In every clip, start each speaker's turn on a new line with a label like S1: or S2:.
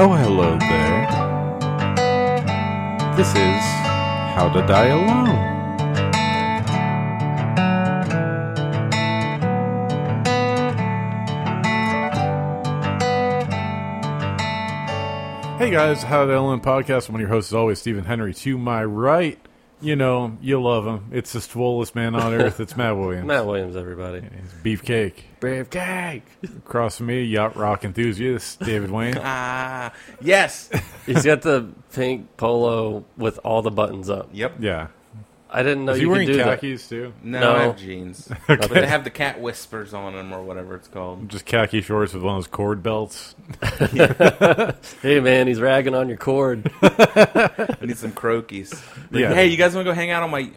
S1: Oh, hello there. This is How to Die Alone. Hey guys, How to Die Alone podcast. I'm one of your hosts, as always, Stephen Henry. To my right, you know, you love him. It's the swollest man on earth. It's Matt Williams.
S2: Matt Williams, everybody.
S1: It's Beefcake.
S3: Beefcake.
S1: Across from me, Yacht Rock Enthusiast, David Wayne.
S3: Ah, yes.
S2: He's got the pink polo with all the buttons up.
S3: yep.
S1: Yeah.
S2: I didn't know
S1: Is he
S2: you could
S1: wearing
S2: do
S1: khakis too?
S3: No,
S2: No.
S3: I have jeans. But they have the cat whispers on them or whatever it's called.
S1: Just khaki shorts with one of those cord belts.
S2: that. Hey man, he's ragging on your cord.
S3: I need some croquis. Like,
S1: Yeah.
S3: Hey, you guys want to go hang out on my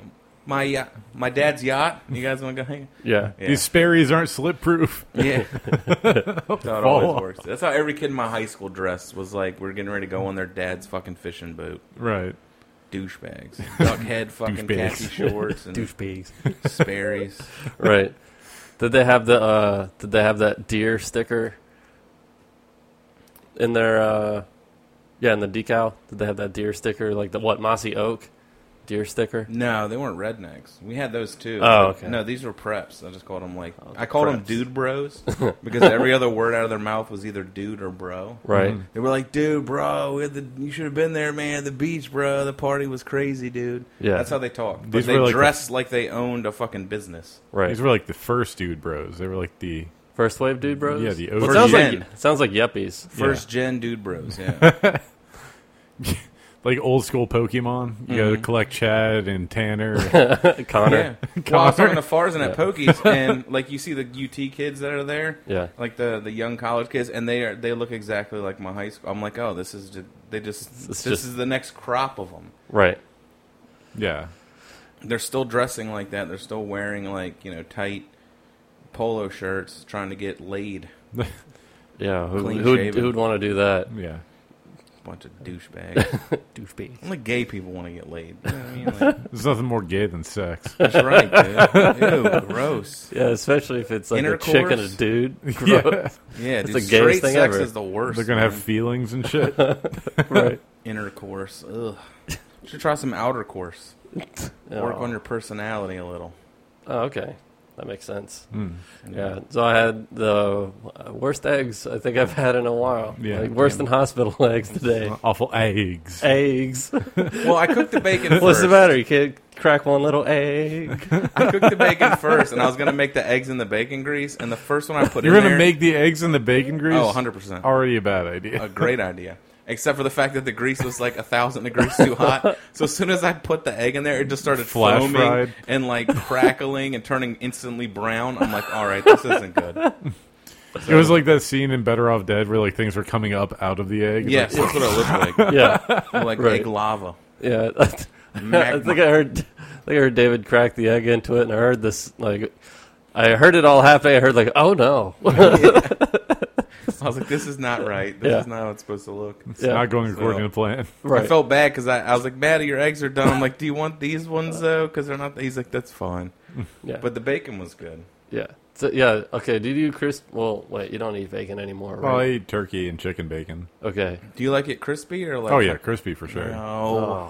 S3: my uh, my dad's yacht? You guys want to go hang?
S2: yeah.
S3: Yeah.
S1: These Sperry's aren't slip proof.
S3: Yeah. That's how it
S1: Fall.
S3: always works. That's how every kid in my high school dressed was like, we're getting ready to go on their dad's fucking fishing boat.
S1: Right.
S3: Douchebags. Duckhead fucking
S1: Douchebags.
S3: khaki shorts and
S2: Douchebags.
S3: Sperry's.
S2: right. Did they have the uh did they have that deer sticker in their uh yeah, in the decal? Did they have that deer sticker like the what, mossy oak deer sticker?
S3: No, they weren't rednecks. We had those too.
S2: Oh, okay. Oh,
S3: No, these were preps. I just called them like
S2: the
S3: I called them
S2: preps.
S3: dude bros because every other word out of their mouth was either dude or bro.
S2: Right.
S3: They were like, dude, bro, we had the, you should have been there, man. at The beach, bro. The party was crazy, dude.
S2: Yeah.
S3: that's how they talk. But
S1: These
S3: they
S1: were like
S3: dress like they owned a fucking business.
S2: Right.
S1: These were like the first dude bros. They were like the
S2: First wave dude bros?
S1: Yeah, the
S2: Well,
S1: OG.
S2: it sounds
S3: Gen.
S2: like sounds like yuppies.
S3: First gen dude bros. Yeah,
S1: like old school Pokemon. You gotta collect Chad and Tanner.
S2: Connor.
S3: yeah. Well, I was
S1: Connor.
S3: talking to Farzan at Pokies, and like you see the UT kids that are there.
S2: Yeah.
S3: like the the young college kids, and they are they look exactly like my high school. I'm like, oh, this is just, they just this
S2: just-
S3: is the next crop of them.
S2: Right.
S1: yeah.
S3: They're still dressing like that. They're still wearing like you know tight polo shirts, trying to get laid.
S2: Yeah, who
S3: Clean
S2: who'd,
S3: shaven.
S2: who'd want to do that?
S1: Yeah.
S3: Bunch of douchebags.
S2: Douchebag.
S3: Only gay people want to get laid. You know what I mean? Like,
S1: There's nothing more gay than sex.
S3: that's right, dude. Ew, gross.
S2: Yeah, especially if it's like a chick and a
S3: Intercourse?
S2: dude.
S1: yeah.
S3: Yeah, dude,
S2: the gayest
S3: straight
S2: thing
S3: sex
S2: ever.
S3: is the worst.
S1: They're gonna have
S3: man.
S1: feelings and shit.
S2: right.
S3: intercourse. Ugh. Should try some outer course. Work on your personality a little.
S2: Oh, okay. That makes sense.
S3: Hmm.
S2: Yeah. So I had the uh, worst eggs I think I've had in a while.
S1: Yeah.
S2: Like worse than hospital eggs today.
S1: Awful eggs.
S2: Eggs.
S3: Well, I cooked the bacon first.
S2: What's the matter? You can't crack one little egg.
S3: I cooked the bacon first, and I was gonna make the eggs in the bacon grease. And the first one I put
S1: You're
S3: in
S1: gonna
S3: there,
S1: make the eggs in the bacon grease?
S3: oh, 100 percent,
S1: Already a bad idea.
S3: a great idea. Except for the fact that the grease was like a thousand degrees too hot. So as soon as I put the egg in there, it just started
S1: Flash
S3: foaming
S1: fried.
S3: and like crackling and turning instantly brown. I'm like, all right, this isn't good.
S1: It was like that scene in Better Off Dead where like things were coming up out of the egg. It's
S3: Yes, that's what it looked like.
S2: Yeah.
S3: Like
S2: Right.
S3: egg lava.
S2: Yeah. I
S3: Magma.
S2: think I heard I think I heard David crack the egg into it and I heard this like I heard it all happening. I heard like, oh no.
S3: I was like, this is not right. This
S2: Yeah.
S3: is not how it's supposed to look.
S1: It's not going
S3: So-
S1: according to plan.
S2: right.
S3: I felt bad because I, I was like, Maddie, your eggs are done. I'm like, do you want these ones though? Because they're not. He's like, that's fine.
S2: yeah.
S3: But the bacon was good.
S2: yeah. So, yeah. Okay. Did you crisp? Well, wait. You don't eat bacon anymore,
S1: Well, I
S2: right?
S1: eat turkey and chicken bacon.
S2: okay.
S3: Do you like it crispy or like?
S1: Oh yeah, crispy for sure.
S2: Oh.
S3: No.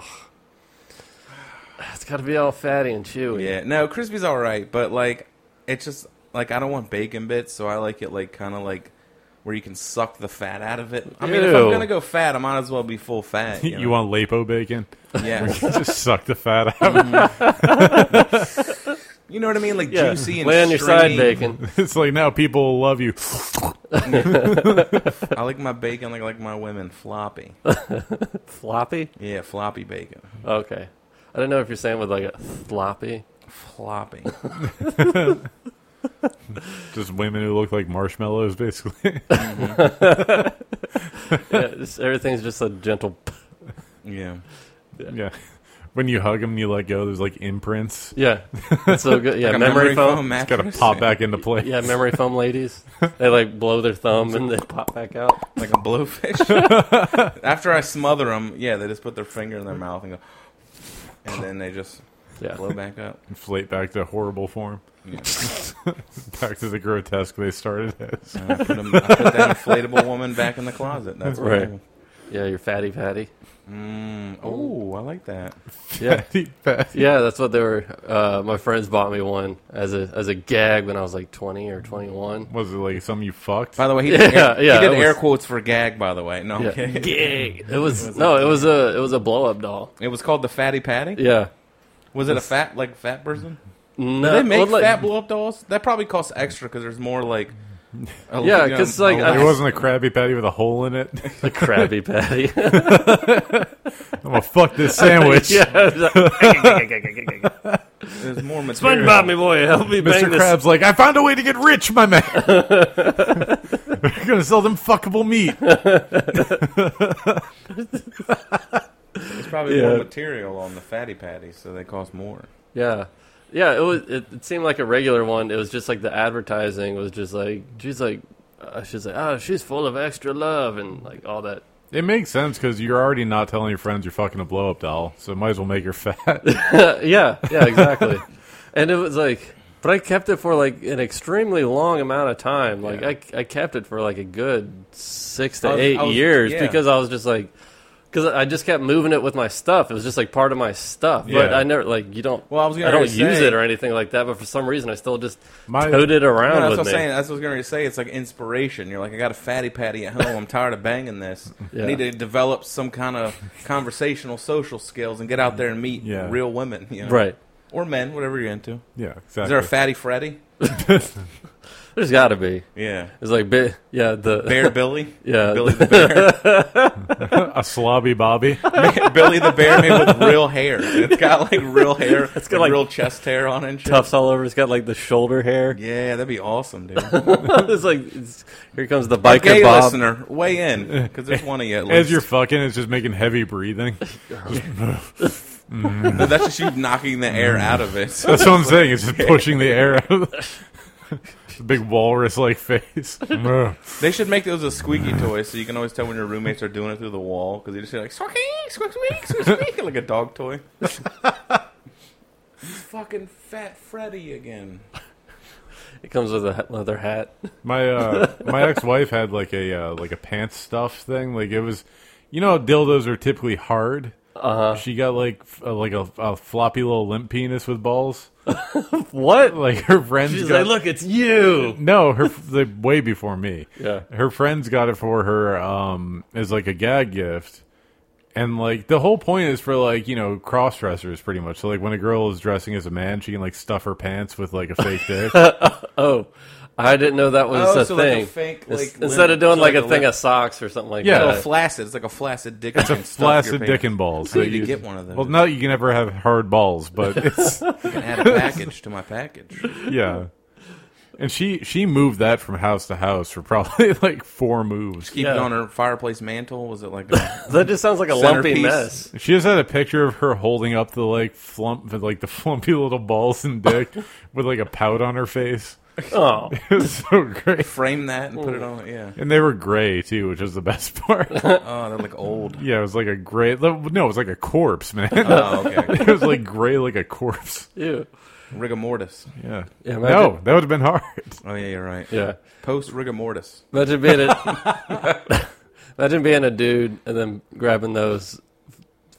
S2: It's got to be all fatty and chewy.
S3: Yeah. No, crispy's all right, but like, it's just like I don't want bacon bits, so I like it like kind of like where you can suck the fat out of it. I mean, if I'm
S2: Ew.
S3: gonna go fat, I might as well be full fat. You,
S1: You want Lapo bacon?
S3: want? Yeah.
S1: Just suck the fat out.
S3: you know what I mean? Like
S2: Yeah.
S3: juicy and
S2: Lay on your
S3: stringy.
S2: side bacon.
S1: It's like now people will love you.
S3: I like my bacon like I like my women floppy.
S2: Floppy?
S3: Yeah, floppy bacon.
S2: Okay. I don't know if you're saying with like a floppy.
S3: Floppy.
S1: Just women who look like marshmallows, basically.
S3: Mm-hmm.
S2: Yeah, just, everything's just a gentle. p-
S3: Yeah.
S1: yeah. When you hug them and you let go, there's like imprints.
S2: Yeah. It's so good. Yeah.
S3: Like a
S2: memory, foam.
S1: It's got to
S3: mattress.
S1: pop back into place.
S2: Yeah. Memory foam ladies. They like blow their thumb and they pop back out.
S3: like a blowfish. After I smother them, yeah, they just put their finger in their mouth and go, and then they just
S2: Yeah.
S3: blow back up.
S1: Inflate back to horrible form.
S3: Yeah.
S1: Back to the grotesque they started as.
S3: And I put, 'em- I put that inflatable woman back in the closet. That's what
S2: Right.
S3: happened.
S2: Yeah, your fatty patty.
S3: Mm, oh, I like that.
S2: Yeah,
S1: Patty, patty.
S2: yeah, that's what they were. Uh, my friends bought me one as a as a gag when I was like twenty or twenty one.
S1: Was it like something you fucked?
S3: By the way, he did,
S2: Yeah,
S3: air,
S2: yeah,
S3: he
S2: it
S3: did air
S2: was-
S3: quotes for gag. By the way, no, I'm
S2: Yeah,
S3: kidding.
S2: gag. It was no, it was a it was a blow up doll.
S3: it was called the Fatty Patty.
S2: Yeah,
S3: Was it a fat like fat person?
S2: no,
S3: Do they make
S2: Uh, well, like-
S3: fat blow up dolls? That probably costs extra because there's more like. a-
S2: Yeah,
S3: you know,
S2: 'cause, like,
S3: a-
S2: I-
S1: It wasn't a Krabby Patty with a hole in it.
S2: a Krabby Patty.
S1: I'm gonna fuck this sandwich.
S2: yeah.
S3: there's more material.
S2: SpongeBob, me boy, help me bang
S1: Mr.
S2: this.
S1: Krabs, like, I found a way to get rich, my man. We're gonna sell them fuckable meat.
S3: There's probably
S2: Yeah.
S3: more material on the Fatty Patty, so they cost more.
S2: Yeah. Yeah, it was. It, it seemed like a regular one. It was just like the advertising was just like she's like uh, she's like oh she's full of extra love and like all that.
S1: It makes sense because you're already not telling your friends you're fucking a blow up doll, so might as well make her fat.
S2: yeah, yeah, exactly. and it was like, but I kept it for like an extremely long amount of time. Like I, I kept it for like a good six to
S3: I was-
S2: eight
S3: I was-
S2: years
S3: yeah.
S2: because I was just like. Because I just kept moving it with my stuff. It was just like part of my stuff. But
S1: Yeah.
S2: I never like you don't.
S3: Well, I was gonna
S2: I don't
S3: say-
S2: use it or anything like that. But for some reason, I still just
S1: My-
S2: toted it
S3: No,
S2: around
S3: that's what I'm
S2: with me.
S3: saying. That's what I was going to say. It's like inspiration. You're like, I got a fatty patty at home. I'm tired of banging this.
S2: Yeah.
S3: I need to develop some kind of conversational social skills and get out there and meet
S1: Yeah.
S3: real women, you know?
S2: Right.
S3: Or men, whatever you're into.
S1: yeah, exactly.
S3: Is there a fatty Freddy?
S2: There's got to be.
S3: Yeah.
S2: It's like, ba- yeah, the
S3: Bear Billy?
S2: yeah,
S3: Billy
S2: the,
S3: the bear.
S1: a slobby Bobby?
S3: Billy the bear made with real hair. It's got like real hair. It's
S2: got, like,
S3: real chest hair on it. And shit.
S2: tufts all over. It's got like the shoulder hair.
S3: Yeah, that'd be awesome, dude.
S2: it's like it's, here comes the biker
S3: Gay
S2: Bob.
S3: listener, weigh in because there's one of you. At least.
S1: As you're fucking, it's just making heavy breathing.
S3: That's just you knocking the air out of it. So
S1: That's what I'm saying. It's just pushing the air out of the the big walrus like face. Mm.
S3: They should make those a squeaky toy, so you can always tell when your roommates are doing it through the wall because you just hear like squeak, squeak, squeak, squeak, squeak, like a dog toy. you fucking fat Freddy again.
S2: It comes with a ha- leather hat.
S1: My uh, my ex wife had like a uh, like a pants stuff thing. Like it was, you know, how dildos are typically hard. Uh-huh. She got like f- uh, like a, a floppy little limp penis with balls.
S2: What?
S1: Like her friends
S2: She's
S1: got
S2: like, look, it's you.
S1: no, her the way before me.
S2: Yeah.
S1: her friends got it for her um, as like a gag gift, and like the whole point is for like you know cross dressers pretty much. So like when a girl is dressing as a man, she can like stuff her pants with like a fake dick.
S2: Oh, I didn't know that was
S3: Oh,
S2: a
S3: so like a
S2: thing.
S3: fake,
S2: Ins-
S3: like,
S2: Instead
S3: limp-
S2: of doing
S3: so
S2: like,
S3: like
S2: a
S3: a
S2: thing
S3: limp-
S2: of socks or something like
S1: Yeah.
S3: Oh,
S2: that.
S3: flaccid. It's like a flaccid dick.
S1: It's a flaccid dick and balls.
S3: I
S1: that
S3: need to
S1: you-
S3: get one of those.
S1: Well, no, you can never have hard balls, but it's
S3: can add a package to my package.
S1: yeah. And she she moved that from house to house for probably like four moves.
S3: Keep
S2: Yeah.
S3: it on her fireplace mantle. Was it like a,
S2: That just sounds like a lumpy mess.
S3: Centerpiece.
S1: She just had a picture of her holding up the like flump, the, like the flumpy little balls and dick with like a pout on her face.
S2: Oh,
S1: It was so great.
S3: frame that and put it on? Yeah.
S1: And they were gray too, which was the best part.
S3: Oh, they're like old.
S1: yeah, it was like a gray. No, it was like a corpse, man.
S3: Oh, okay.
S1: it was like gray, like a corpse.
S2: ew.
S3: Rigor mortis.
S1: Yeah.
S2: Yeah, imagine,
S1: No, that would have been hard.
S3: Oh yeah, you're right.
S2: Yeah.
S3: Post rigor mortis.
S2: Imagine being a imagine being a dude and then grabbing those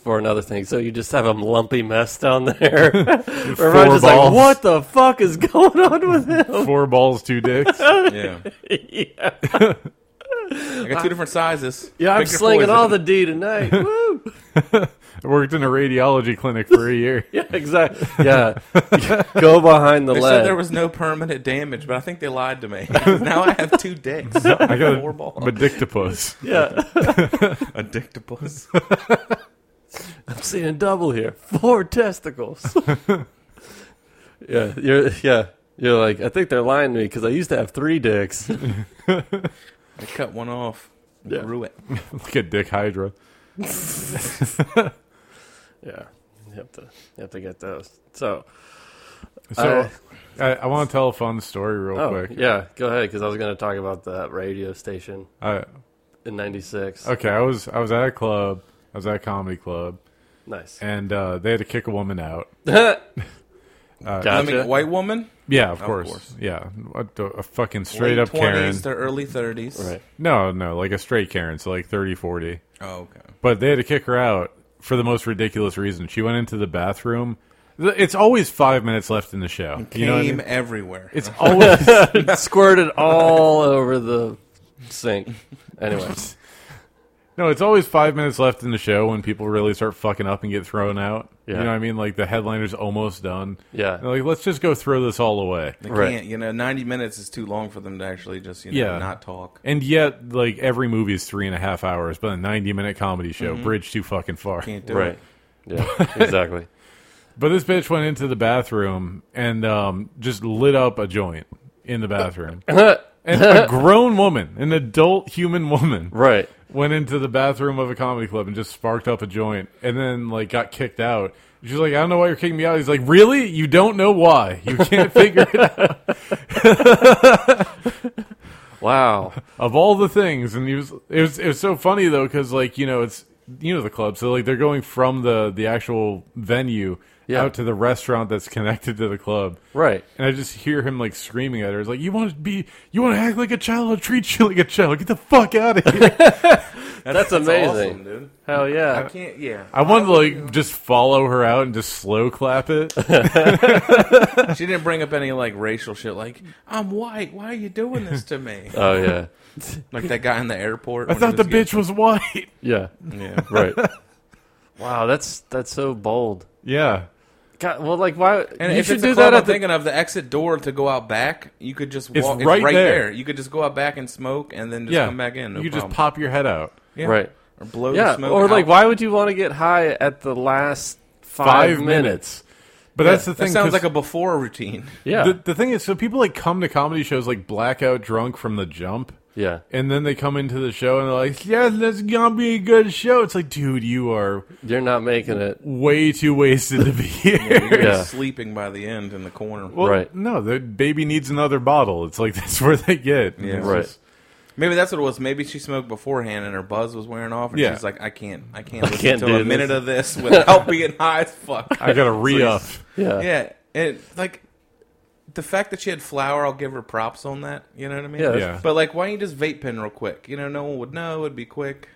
S2: for another thing. So you just have a lumpy mess down there. Where
S1: Four
S2: everyone's just like,
S1: balls.
S2: what the fuck is going on with him?
S1: Four balls, two dicks.
S3: Yeah.
S2: yeah,
S3: I got two different sizes.
S2: yeah I'm
S3: Pick your
S2: slinging
S3: poison.
S2: all the D tonight. Woo!
S1: I worked in a radiology clinic for a year.
S2: Yeah, exactly. Yeah, go behind the
S3: They
S2: lead.
S3: said there was no permanent damage, but I think they lied to me. now I have two dicks.
S1: I got
S3: Four balls.
S1: a medictopus.
S2: yeah,
S3: A dictopus.
S2: I'm seeing double here. Four testicles. yeah, you're yeah. You're like, I think they're lying to me because I used to have three dicks.
S3: I cut one off.
S2: Yeah.
S3: Grew it.
S1: like a dick hydra.
S2: Yeah, you have to you have to get those. So,
S1: So
S3: Uh,
S1: I, I, want to tell a fun story real
S2: oh
S1: quick.
S2: yeah, go ahead because I was going to talk about that radio station
S1: I,
S2: in '96.
S1: okay, I was I was at a club. I was at a comedy club,
S2: Nice.
S1: and uh, they had to kick a woman out.
S3: I
S2: gotcha.
S3: mean, white woman.
S1: Yeah, of,
S3: Of
S1: course.
S3: course.
S1: Yeah, a, a fucking straight
S3: late
S1: up Karen.
S3: to early thirties.
S2: right.
S1: No, no, like a straight Karen, so like 30, 40.
S3: Oh, okay.
S1: But they had to kick her out for the most ridiculous reason. She went into the bathroom. Th- It's always five minutes left in the show.
S3: Came
S1: You know what I mean?
S3: everywhere.
S1: It's always
S2: Squirted all over the sink. Anyway,
S1: no. It's always five minutes left in the show when people really start fucking up and get thrown out. You
S2: Yeah.
S1: know what I mean? Like the headliner's almost done.
S2: Yeah.
S1: They're like let's just go throw this all away.
S3: they
S2: right.
S3: can't. You know, ninety minutes is too long for them to actually just you know
S1: Yeah.
S3: not talk.
S1: And yet, like every movie is three and a half hours, but a ninety-minute comedy show
S2: Mm-hmm.
S1: bridge too fucking far.
S3: Can't do
S2: right.
S3: it.
S2: Yeah, exactly.
S1: But this bitch went into the bathroom and um, just lit up a joint in the bathroom. and a grown woman, an adult human woman,
S2: Right.
S1: went into the bathroom of a comedy club and just sparked up a joint, and then like got kicked out. She's like, I don't know why you're kicking me out. He's like, Really? You don't know why? You can't figure it out
S2: Wow.
S1: of all the things. And he was, it was, it was so funny though because like you know it's you know the club, so like they're going from the the actual venue
S2: Yeah.
S1: out to the restaurant that's connected to the club,
S2: Right.
S1: And I just hear him like screaming at her. It's like, "You want to be, you want to act like a child, treat you like a child. Get the fuck out of here!"
S2: That's, amazing.
S3: awesome, dude.
S2: Hell
S3: I
S2: yeah.
S3: can't. Yeah,
S1: I wanted to like just follow her out and just slow clap it.
S3: she didn't bring up any like racial shit. Like I'm white. Why are you doing this to me?
S2: Oh yeah.
S3: like that guy in the airport.
S1: I thought the bitch was white.
S2: Yeah.
S3: Yeah.
S2: Right. wow, that's that's so bold.
S1: Yeah,
S2: God, well, like why?
S3: And
S2: you
S3: if
S2: should
S3: it's a
S2: do
S3: club,
S2: that
S3: I'm
S2: at the
S3: thinking of the exit door to go out back. You could just walk.
S1: It's
S3: It's right,
S1: right
S3: there.
S1: there.
S3: You could just go out back and smoke, and then just
S1: yeah.
S3: come back in. No
S1: you could
S3: problem.
S1: just pop your head out.
S3: yeah.
S2: right.
S3: or blow the
S2: Yeah,
S3: smoke.
S2: or like
S3: out.
S2: why would you want to get high at the last five,
S1: Five
S2: minutes?
S1: But that's the
S3: That
S1: thing.
S3: sounds
S1: 'cause
S3: like a before routine.
S2: Yeah,
S1: The, the thing is, so people like come to comedy shows like blackout drunk from the jump.
S2: yeah.
S1: And then they come into the show and they're like, "Yeah, that's gonna be a good show." It's like, dude, you are
S2: You're not making it.
S1: way too wasted to be here.
S3: You're
S2: Yeah.
S3: sleeping by the end in the corner.
S1: Well,
S2: Right.
S1: No, the baby needs another bottle. It's like that's where they get.
S3: Yeah.
S1: It's
S2: Right.
S1: just-
S3: Maybe that's what it was. Maybe she smoked beforehand and her buzz was wearing off, and
S1: Yeah.
S3: she's like, "I can't, I can't listen
S2: can't
S3: to
S2: do
S3: a
S2: this.
S3: minute of this without being high as fuck."
S1: I gotta re up.
S2: Yeah, yeah.
S3: yeah, and like the fact that she had flour, I'll give her props on that. You know what I mean?
S2: Yeah, that's-
S1: Yeah.
S3: But like, why don't you just vape pen real quick? You know, no one would know. It'd be quick.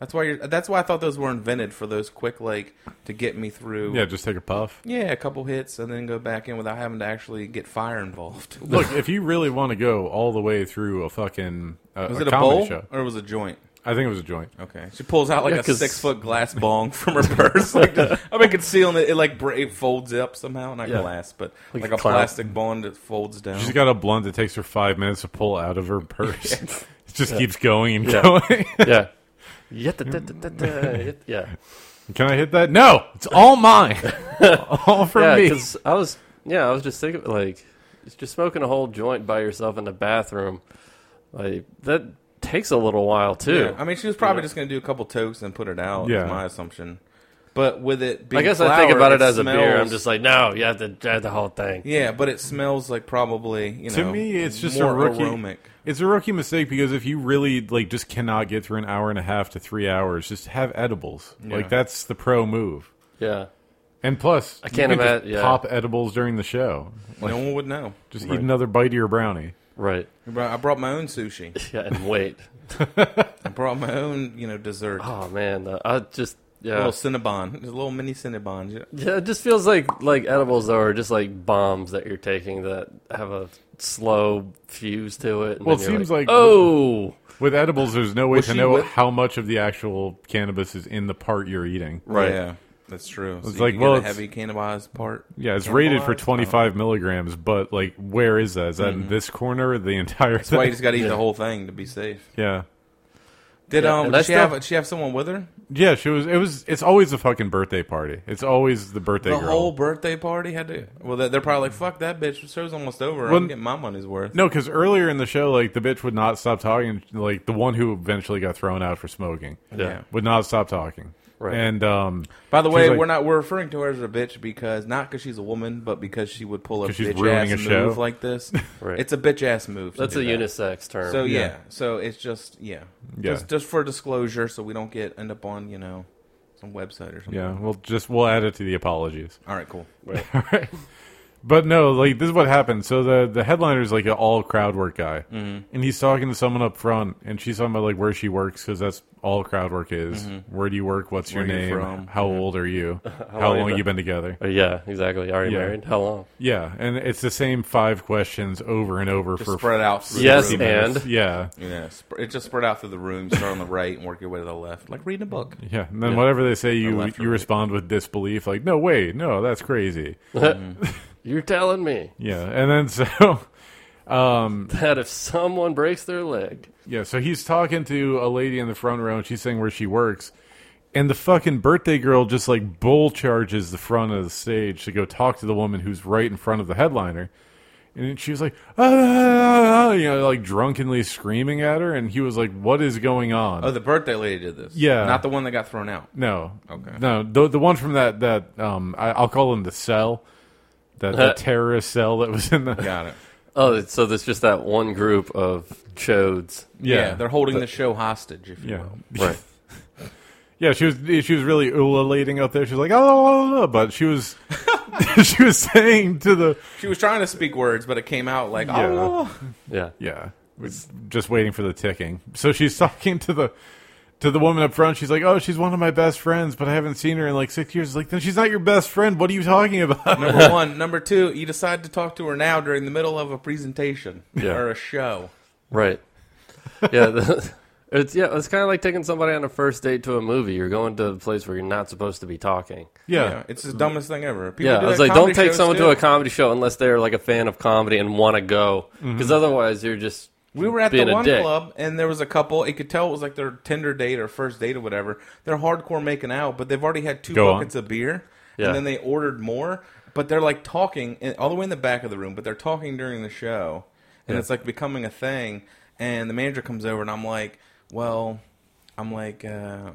S3: That's why you're. That's why I thought those were invented for those quick, like, to get me through.
S1: Yeah, just take a puff.
S3: Yeah, a couple hits and then go back in without having to actually get fire involved.
S1: Look, if you really want to go all the way through a fucking uh,
S3: Was
S1: a
S3: it a
S1: comedy
S3: bowl
S1: show,
S3: or was it a joint?
S1: I think it was a joint.
S3: Okay. She pulls out like
S2: Yeah,
S3: a
S2: 'cause-
S3: six foot glass bong from her purse. Like, just- I've been concealing it. It like bra- it folds up somehow, not
S2: Yeah.
S3: glass, but
S2: Like
S3: like,
S2: a
S3: a
S2: cloud.
S3: plastic bond that folds down.
S1: She's got a blunt that takes her five minutes to pull out of her purse. It just keeps going and
S2: Yeah.
S1: going.
S2: yeah. Yeah, da- da- da- da- da, yeah, yeah,
S1: Can I hit that? No, it's all mine, all for me.
S2: Because I was, yeah, I was just thinking, like, it's just smoking a whole joint by yourself in the bathroom, like that takes a little while too.
S3: Yeah. I mean, she was probably just going to do a couple tokes and put it out.
S1: Yeah.
S3: is my assumption. But with it being,
S2: I guess I
S3: flour,
S2: think about it as a beer. I'm
S3: smells-
S2: just like, no, you have to add the whole thing.
S3: yeah, but it smells like probably you know.
S1: to me, it's just
S3: more
S1: a rookie.
S3: aromic.
S1: It's a rookie mistake because if you really like just cannot get through an hour and a half to three hours, just have edibles. Like that's the pro move.
S2: Yeah,
S1: And plus, I
S2: can't imagine- yeah.
S1: pop edibles during the show.
S3: no one would know.
S1: Just eat another bite of your brownie.
S2: right.
S3: Bro, I brought my own sushi.
S2: Yeah, and wait.
S3: I brought my own you know dessert.
S2: Oh man, uh, I just
S3: A
S2: yeah.
S3: little Cinnabon, a little mini Cinnabon. You know?
S2: Yeah, it just feels like like edibles though, are just like bombs that you're taking that have a slow fuse to it. and
S1: Well, it
S2: then you're
S1: seems like-
S2: oh,
S1: With edibles, there's no way
S3: Was
S1: to
S3: she
S1: know
S3: with-
S1: how much of the actual cannabis is in the part you're eating.
S2: Right.
S3: Yeah, that's true. So
S1: It's
S3: you
S1: like,
S3: can get
S1: well,
S3: the
S1: it's-
S3: heavy cannibalized part.
S1: Yeah, it's rated for
S3: Cannibalized?
S1: 25 milligrams, but like, where is that? Is that in this corner? Or the entire
S3: Mm-hmm. That's why you
S1: thing?
S3: just got to eat the whole thing to be safe.
S1: yeah,
S3: Did
S2: Yeah,
S3: um
S2: and
S3: did
S2: that's
S3: she have
S2: the-
S3: did she have someone with her?
S1: yeah. She was. It was. It's always a fucking birthday party. It's always the birthday
S3: The
S1: girl.
S3: whole birthday party had to. Well, they- they're probably like, "Fuck that bitch! The show's almost over.
S1: Well,
S3: I'm getting my money's worth."
S1: No, because earlier in the show, like the bitch would not stop talking. Like the one who eventually got thrown out for smoking
S2: yeah,
S1: would not stop talking.
S2: Right.
S1: And um,
S3: By the
S1: She's
S3: way,
S1: like-
S3: we're not we're referring to her as a bitch because not because she's a woman, but because she would pull a
S1: 'Cause she's
S3: bitch
S1: ruining
S3: ass
S1: a
S3: move
S1: show.
S3: like this.
S2: Right.
S3: It's a bitch ass move. to
S2: that's a
S3: do that.
S2: unisex term.
S3: So yeah.
S1: Yeah.
S3: so it's just yeah.
S1: Yeah.
S3: just just for disclosure, so we don't get end up on you know some website or something.
S1: yeah, we'll just we'll add it to the apologies.
S3: All right, cool.
S1: All right. But no, like this is what happened. So the the headliner is like an all crowd work guy,
S3: Mm-hmm.
S1: and he's talking to someone up front, and she's talking about like where she works because that's all crowd work is. Where do you work? What's your
S3: Mm-hmm. Where you
S1: name?
S3: from? Mm-hmm.
S1: How old are you? How,
S2: long you
S1: long
S2: been-
S1: you been together?
S2: Uh, yeah, exactly. Are you
S1: Yeah.
S2: married? How long?
S1: Yeah, and it's the same five questions over and over
S3: Just
S1: for
S3: spread out. Through
S2: Yes,
S3: the room.
S2: and
S1: yeah,
S3: yeah, sp- it just spread out through the room. Start on the right and work your way to the left, like reading a book.
S1: yeah. And then whatever they say, you
S3: left or
S1: you
S3: right.
S1: respond with disbelief, like no way, no, that's crazy.
S2: you're telling me
S1: Yeah, and then so.
S2: that if someone breaks their leg,
S1: Yeah, so he's talking to a lady in the front row, and she's saying where she works, and the fucking birthday girl just like bull charges the front of the stage to go talk to the woman who's right in front of the headliner, and she was like, ah, ah, ah," you know, like drunkenly screaming at her, and he was like, "What is going on?"
S3: Oh, the birthday lady did this.
S1: Yeah.
S3: not the one that got thrown out.
S1: no,
S3: Okay.
S1: no, the the one from that that um, I, I'll call him the cell, that the terrorist cell that was in the
S3: Got it.
S2: oh, it's- so there's just that one group of chodes.
S3: Yeah, they're holding the show hostage, if you
S1: yeah.
S3: will.
S2: Right.
S1: Yeah, she was she was really ululating up there. She was like, oh, but she was she was saying to the
S3: She was trying to speak words, but it came out like,
S1: Yeah.
S3: oh,
S2: Yeah.
S1: yeah, was just waiting for the ticking. So she's talking to the to the woman up front. She's like, oh, she's one of my best friends, but I haven't seen her in like six years. Like, then she's not your best friend. What are you talking about?
S3: number one, number two. You decide to talk to her now during the middle of a presentation
S2: Yeah.
S3: or a show.
S2: Right. Yeah. the- It's yeah. It's kind of like taking somebody on a first date to a movie. You're going to a place where you're not supposed to be talking.
S1: Yeah,
S3: Yeah, it's the dumbest thing ever. People
S2: Yeah,
S3: do
S2: I was
S3: that
S2: like, don't
S3: comedy
S2: take
S3: shows,
S2: someone
S3: too.
S2: to a comedy show unless they're like a fan of comedy and want to go, because otherwise you're just.
S3: We were at
S2: being
S3: the
S2: a
S3: one
S2: dick.
S3: club, and there was a couple. It could tell it was like their Tinder date or first date or whatever. They're hardcore making out, but they've already had two
S1: Go on.
S3: buckets of beer,
S2: Yeah.
S3: and then they ordered more. But they're like talking and- all the way in the back of the room, but they're talking during the show, and it's like becoming a thing. And the manager comes over, and I'm like, "Well, I'm like." Uh,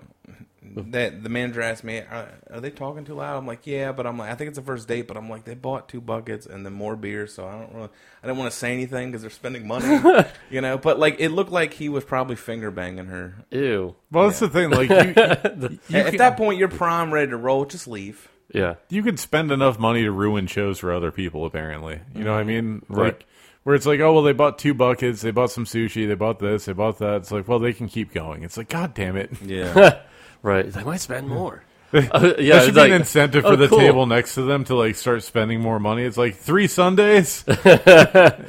S3: that the manager asked me, are, "Are they talking too loud?" I'm like, "Yeah," but I'm like, "I think it's a first date," but I'm like, "They bought two buckets and then more beer, so I don't really, I didn't want to say anything because they're spending money, you know." But like, it looked like he was probably finger banging her.
S2: Ew.
S1: well, that's the thing. Like, you,
S3: At that point, you're prime ready to roll. Just leave.
S2: Yeah.
S1: you can spend enough money to ruin shows for other people. Apparently, you know what I mean? Like.
S2: Right.
S1: Where it's like, oh well, they bought two buckets, they bought some sushi, they bought this, they bought that. It's like, well, they can keep going. It's like, god damn it!
S3: Yeah,
S2: Right. They might spend more. Uh, yeah.
S1: that should
S2: it's
S1: be
S2: like,
S1: an incentive for
S2: oh,
S1: the
S2: cool.
S1: table next to them to like start spending more money. It's like three Sundays,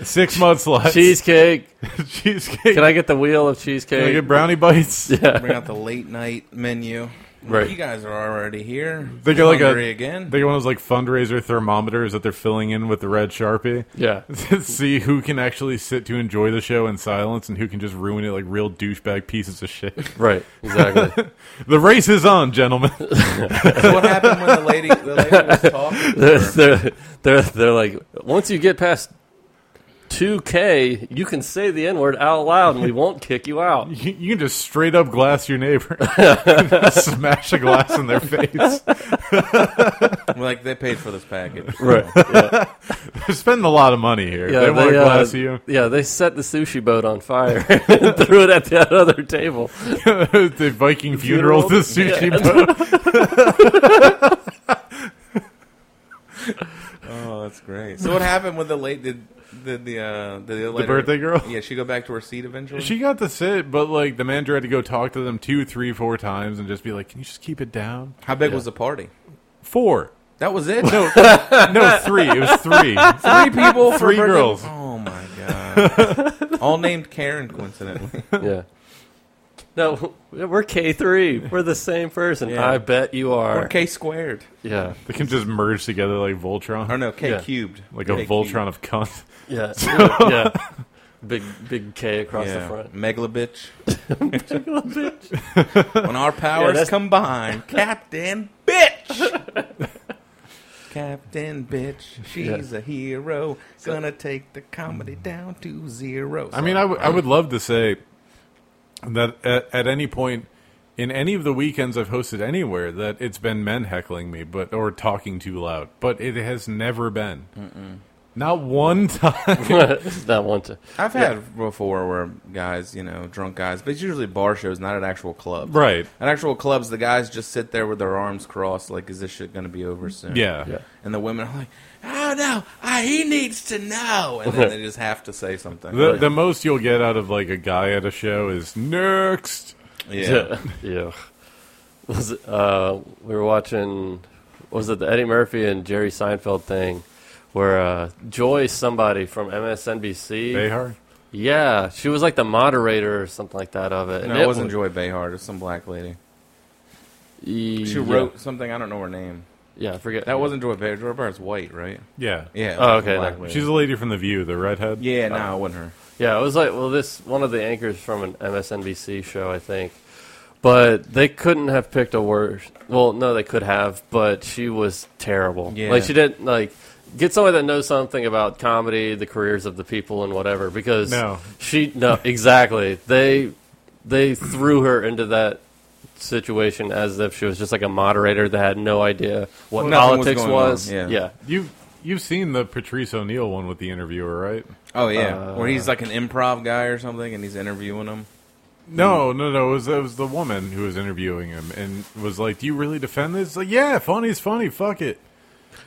S1: six months left.
S2: Cheesecake.
S1: cheesecake.
S2: Can I get the wheel of
S1: Can I
S2: cheesecake?
S1: get brownie bites?
S3: bring out the late night menu.
S2: Right.
S3: you guys are already here.
S1: They get like a
S3: Hungry again.
S1: They get one of those like fundraiser thermometers that they're filling in with the red sharpie
S2: yeah.
S1: to see who can actually sit to enjoy the show in silence and who can just ruin it like real douchebag pieces of shit.
S2: Right. Exactly.
S1: the race is on, gentlemen.
S3: what happened when the lady the lady was talking?
S2: they're, they're, they're, they're like, once you get past 2K, you can say the N word out loud and we won't kick you out.
S1: You, you can just straight up glass your neighbor, smash a glass in their face.
S3: Like they paid for this package,
S2: Right.
S1: They're spending a lot of money here. they, want to
S2: uh,
S1: glass you.
S2: Yeah, they set the sushi boat on fire and threw it at that other table.
S1: the Viking funeral,
S2: Funeral?
S1: the sushi
S2: Yeah.
S1: boat.
S3: Oh, that's great. So what happened with the late did did the uh did the, later,
S1: birthday girl?
S3: Yeah, she go back to her seat eventually.
S1: She got to sit, but like the manager had to go talk to them two, three, four times and just be like, "Can you just keep it down?"
S3: How big was the party?
S1: Four,
S3: That was it. No,
S1: no, three. It was three.
S3: three people, for
S1: Three
S3: birthday-
S1: girls.
S3: Oh my god! All named Karen, coincidentally.
S2: Yeah. No, we're K3. We're the same person.
S3: Yeah.
S2: I bet you are.
S3: Or K squared.
S2: Yeah.
S1: They can just merge together like Voltron,
S3: Or no, K
S2: Yeah.
S3: cubed.
S1: like
S3: K
S1: a Voltron
S3: cubed.
S1: of cunt.
S2: Yeah. yeah. Big big K across
S3: Yeah.
S2: the front.
S3: Megalobitch. when our powers
S2: that's-
S3: combine, Captain Bitch. Captain Bitch, she's a hero. Gonna take the comedy down to zero.
S1: I mean, I would- I would love to say that at, at any point in any of the weekends I've hosted anywhere that it's been men heckling me, but or talking too loud, but it has never been. Not one time.
S2: that one time.
S3: I've had before where guys, you know, drunk guys, but it's usually bar shows, not at actual clubs.
S1: right.
S3: At actual clubs, the guys just sit there with their arms crossed, like, is this shit gonna be over soon?
S1: Yeah.
S2: Yeah.
S3: And the women are like, ah, no, no. I, he needs to know. And then they just have to say something.
S1: The, the most you'll get out of like a guy at a show is next.
S3: yeah.
S2: yeah. Was it, uh, we were watching was it the Eddie Murphy and Jerry Seinfeld thing where uh, Joy somebody from MSNBC
S1: Behar.
S2: yeah she was like the moderator or something like that of it
S3: No, it wasn't Joy Behar. It was some black lady.
S2: Joy
S3: She wrote something. I don't know her name.
S2: yeah I forget
S3: That wasn't Joy Behar. Joy Behar's white, right?
S1: Yeah.
S3: Yeah. it
S2: Oh,
S3: was a
S2: okay,
S3: black
S2: no.
S3: lady.
S1: She's a lady from The View, the redhead.
S3: yeah, no, it wasn't her.
S2: Yeah, it was like well, this one of the anchors from an MSNBC show, I think, but they couldn't have picked a worse. Well, no, they could have, but she was terrible.
S3: Yeah.
S2: Like she didn't like get somebody that knows something about comedy, the careers of the people, and whatever. Because
S1: No.
S2: she no exactly they they threw her into that situation as if she was just like a moderator that had no idea what
S3: Well, nothing was
S2: politics
S3: going on,
S2: was.
S3: yeah.
S2: yeah,
S1: You've you've seen the Patrice O'Neill one with the interviewer, right?
S3: Oh yeah,
S2: Uh,
S3: where he's like an improv guy or something, and he's interviewing him.
S1: No, no, no. It was, it was the woman who was interviewing him and was like, "Do you really defend this?" Like, yeah, funny's funny. Fuck it.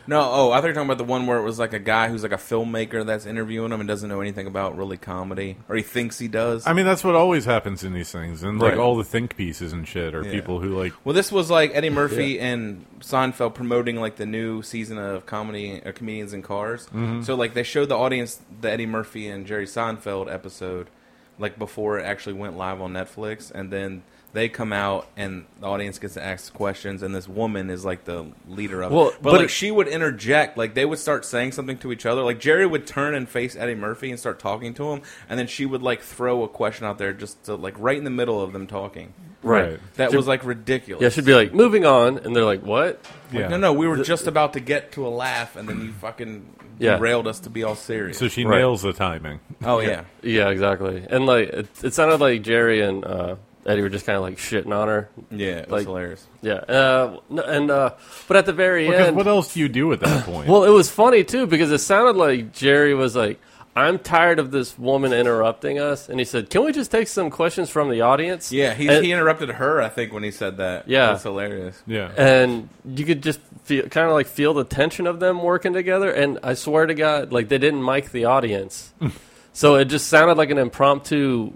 S3: No, oh, I thought you were talking about the one where it was like a guy who's like a filmmaker that's interviewing him and doesn't know anything about really comedy, or he thinks he does.
S1: I mean, that's what always happens in these things, and like
S3: Right.
S1: all the think pieces and shit are
S3: Yeah.
S1: people who like.
S3: well, this was like Eddie Murphy and Seinfeld promoting like the new season of comedy or comedians in cars.
S2: Mm-hmm.
S3: So like they showed the audience the Eddie Murphy and Jerry Seinfeld episode like before it actually went live on Netflix, and then they come out and the audience gets to ask questions, and this woman is like the leader of
S2: Well,
S3: it. But,
S2: but
S3: like
S2: it-
S3: she would interject, like they would start saying something to each other. Like Jerry would turn and face Eddie Murphy and start talking to him, and then she would like throw a question out there just to like right in the middle of them talking.
S1: Right.
S2: right.
S3: That was like ridiculous.
S2: Yeah, she'd be like moving on, and they're like, "What?"
S1: Yeah.
S3: No, no, we were just about to get to a laugh, and then you fucking
S2: Yeah.
S3: derailed us to be all serious.
S1: So she
S2: Right.
S1: nails the timing.
S3: oh yeah,
S2: Yeah, exactly. And like it, it sounded like Jerry and uh, Eddie were just kind of like shitting on her.
S3: yeah, it was
S2: Like-
S3: hilarious.
S2: Yeah, uh, no- and uh, but at the very
S1: Because
S2: end,
S1: what else do you do at that point?
S2: well, it was funny too because it sounded like Jerry was like, "I'm tired of this woman interrupting us," and he said, "Can we just take some questions from the audience?"
S3: Yeah, he
S2: and,
S3: he interrupted her, I think, when he said that.
S2: Yeah.
S3: it was hilarious.
S1: yeah.
S2: and you could just feel kind of like feel the tension of them working together. And I swear to God, like they didn't mic the audience, so it just sounded like an impromptu.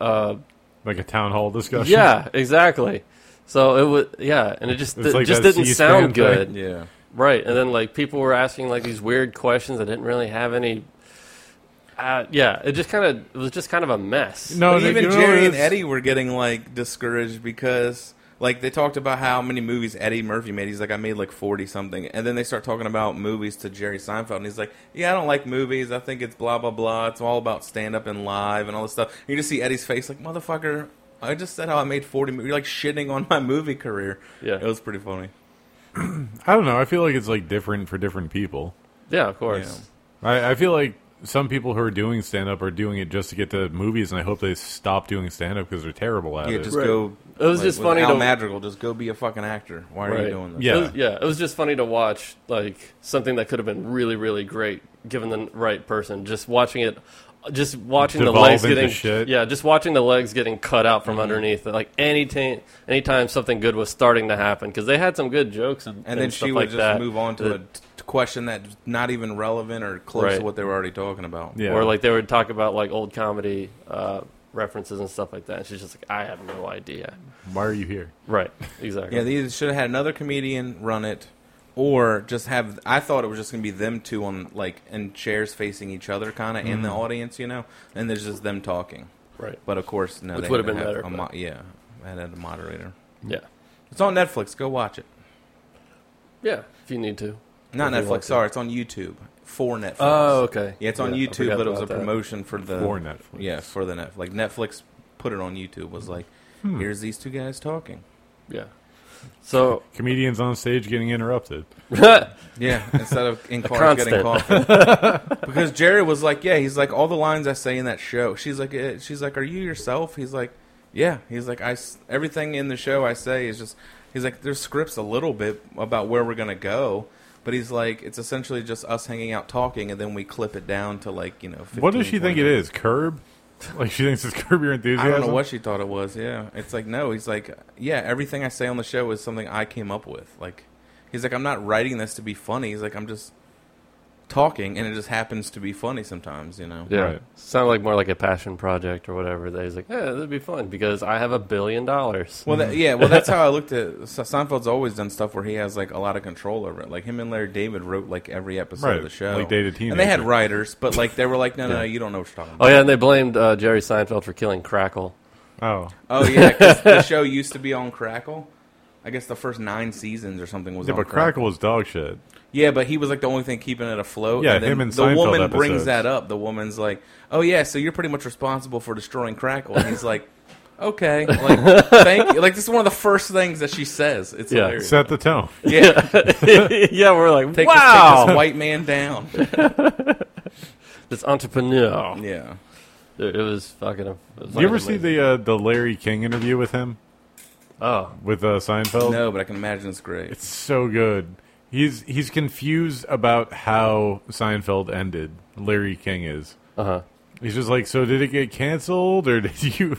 S2: Uh,
S1: like a town hall discussion.
S2: Yeah, exactly. So it was yeah, and it just
S1: It's
S2: it
S1: like
S2: just
S1: that
S2: didn't
S1: C-SPAN
S2: sound
S1: thing.
S2: good,
S3: Yeah,
S2: right? And then like people were asking like these weird questions that didn't really have any. Uh, yeah, it just kind of it was just kind of a mess.
S1: No,
S3: But
S1: no,
S3: even
S1: you know
S3: Jerry and
S1: it's-
S3: Eddie were getting like discouraged because like they talked about how many movies Eddie Murphy made. He's like, I made like forty something, and then they start talking about movies to Jerry Seinfeld, and he's like, Yeah, I don't like movies. I think it's blah blah blah. It's all about stand up and live and all this stuff. And you just see Eddie's face like, Motherfucker, I just said how I made forty. Mo- You're like shitting on my movie career.
S2: Yeah.
S3: it was pretty funny.
S1: I don't know. I feel like it's like different for different people.
S2: Yeah, of course.
S1: I, I feel like some people who are doing stand up are doing it just to get to movies, and I hope they stop doing stand up because they're terrible at
S3: Yeah,
S1: it.
S3: just
S2: Right.
S3: go.
S2: It was
S3: like,
S2: just
S3: with
S2: funny
S3: Al
S2: to-
S3: Madrigal, just go be a fucking actor. Why are
S2: Right.
S3: you doing this?
S1: Yeah.
S2: It was, yeah, it was just funny to watch like something that could have been really, really great given the right person. Just watching it, just watching the
S1: Devolve
S2: legs
S1: into
S2: getting
S1: shit.
S2: yeah, just watching the legs getting cut out
S3: Mm-hmm.
S2: from underneath. Like any ta- anytime something good was starting to happen because they had some good jokes and,
S3: and then
S2: stuff
S3: she would
S2: like
S3: just
S2: that.
S3: move on to
S2: that-
S3: a t- question that's not even relevant or close to
S2: Right.
S3: what they were already talking about.
S1: Yeah.
S2: or like they would talk about like old comedy uh, references and stuff like that. And she's just like, I have no idea.
S1: Why are you here?
S2: Right? Exactly.
S3: Yeah, they either should have had another comedian run it, or just have. I thought it was just going to be them two on like in chairs facing each other, kind of in the
S2: Mm.
S3: audience, you know. And there's just them talking.
S2: right.
S3: But of course, no,
S2: Which
S3: they
S2: would
S3: had
S2: have
S3: to
S2: been
S3: a
S2: better,
S3: mo-
S2: but-
S3: yeah, I had a moderator.
S2: Yeah.
S3: It's on Netflix. Go watch it.
S2: Yeah. If you need to.
S3: Not
S2: If you want
S3: Netflix.
S2: to.
S3: Sorry, it's on YouTube for Netflix.
S2: Oh, okay.
S3: yeah, it's on
S2: I
S3: YouTube,
S2: forgot
S3: but it was a
S2: about that.
S3: promotion for the
S1: For Netflix.
S3: Yeah, for the Netflix. Like Netflix put it on YouTube. Was like,
S1: Hmm.
S3: here's these two guys talking.
S2: Yeah. So
S1: Comedians on stage getting interrupted.
S3: Yeah, instead of in
S2: A
S3: cars getting
S2: constant.
S3: coffee. because Jerry was like, yeah, he's like all the lines I say in that show. She's like, eh, she's like, are you yourself? He's like, yeah. He's like, I s- everything in the show I say is just. He's like, there's scripts a little bit about where we're gonna go, but he's like, it's essentially just us hanging out talking, and then we clip it down to like you know. 15,
S1: What does she think
S3: 20
S1: it is? Curb? Like she thinks it's Curb Your
S3: I
S1: Enthusiasm?
S3: don't know what she thought it was. Yeah, it's like no. He's like, yeah, everything I say on the show is something I came up with. Like, he's like, I'm not writing this to be funny. He's like, I'm just, talking, and it just happens to be funny sometimes, you know.
S2: Yeah.
S1: Right.
S2: Sounded like more like a passion project or whatever. That he's like, yeah, that'd be fun because I have a billion dollars.
S3: Well, that, yeah, well, that's how I looked at. Se- Seinfeld's always done stuff where he has like a lot of control over it. Like him and Larry David wrote like every episode
S1: Right,
S3: of the show,
S1: like Dated
S3: and they had
S1: Teenager.
S3: writers, but like they were like, no, no, no, you don't know what you're talking
S2: Oh
S3: about.
S2: yeah, and they blamed uh, Jerry Seinfeld for killing Crackle.
S1: Oh,
S3: Oh yeah, 'cause the show used to be on Crackle. I guess the first nine seasons or something was
S1: yeah,
S3: on
S1: but Crackle was dog shit.
S3: Yeah, but he was like the only thing keeping it afloat.
S1: Yeah,
S3: then
S1: him and
S3: the
S1: Seinfeld
S3: woman brings
S1: episodes.
S3: that up. The woman's like, "Oh yeah, so you're pretty much responsible for destroying Crackle," and he's like. Okay, like thank you. Like this is one of the first things that she says. It's
S2: Yeah.
S3: hilarious.
S1: Set the tone.
S3: Yeah,
S2: yeah, we're like,
S3: Take,
S2: wow,
S3: this, take this white man down.
S2: this entrepreneur.
S3: yeah.
S2: Dude, it was fucking. It was
S1: you ever see
S2: fucking
S1: the uh, the Larry King interview with him
S2: amazing. Oh,
S1: with uh, Seinfeld?
S3: No, but I can imagine it's great.
S1: It's so good. He's he's confused about how Seinfeld ended. Larry King is.
S2: uh huh.
S1: He's just like, so did it get canceled or did you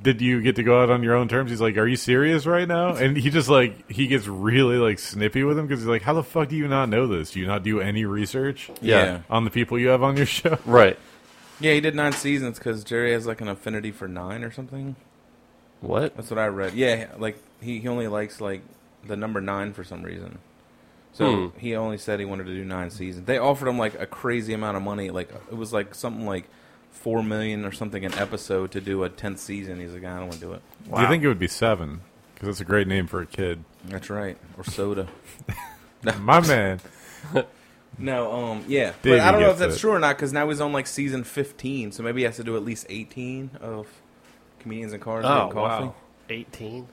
S1: did you get to go out on your own terms? He's like, are you serious right now? And he just like he gets really like snippy with him because he's like, how the fuck do you not know this? Do you not do any research
S3: yeah.
S2: yeah.
S3: yeah.
S1: on the people you have on your show?
S2: Right.
S3: he did nine seasons because Jerry has like an affinity for nine or something.
S2: What?
S3: That's what I read. Yeah, like he, he only likes like the number nine for some reason. So he only said he wanted to do nine seasons. They offered him like a crazy amount of money. Like it was like something like four million or something an episode to do a tenth season. He's like, I don't want to do it.
S1: Do you think it would be seven? Because that's a great name for a kid.
S3: That's right. Or soda.
S1: My man.
S3: No, um, yeah,
S1: Davey
S3: but I don't know if
S1: gets
S3: that's
S1: it.
S3: true or not because now he's on like season fifteen, so maybe he has to do at least eighteen of comedians and cars
S2: Oh
S3: and coffee.
S2: wow, eighteen.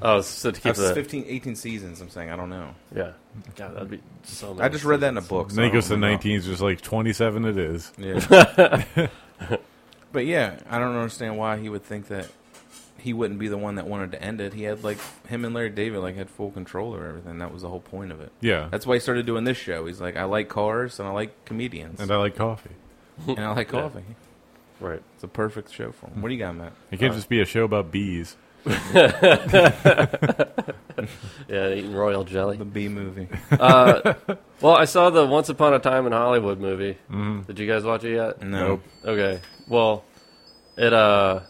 S2: Oh, so to keep
S3: That's
S2: the
S3: 15, 18 seasons. I'm saying I don't know.
S2: yeah. God, that'd be so. Many
S3: I just read that in a book.
S1: And then he
S3: I don't
S1: goes to
S3: really know.
S1: 19. He's just like 27 it is.
S3: Yeah. but yeah, I don't understand why he would think that he wouldn't be the one that wanted to end it. He had like him and Larry David like had full control over everything. That was the whole point of it.
S1: Yeah.
S3: That's why he started doing this show. He's like, I like cars and I like comedians
S1: and I like coffee.
S3: and I like
S2: Yeah.
S3: coffee.
S2: Right.
S3: It's a perfect show for him. What do you got, Matt?
S1: It can't just be a show about bees.
S2: Yeah, eating royal jelly.
S3: The B movie.
S2: Uh, well, I saw the Once Upon a Time in Hollywood movie.
S1: Mhm.
S2: Did you guys watch it yet?
S3: No.
S1: Nope.
S2: Okay. Well, it uh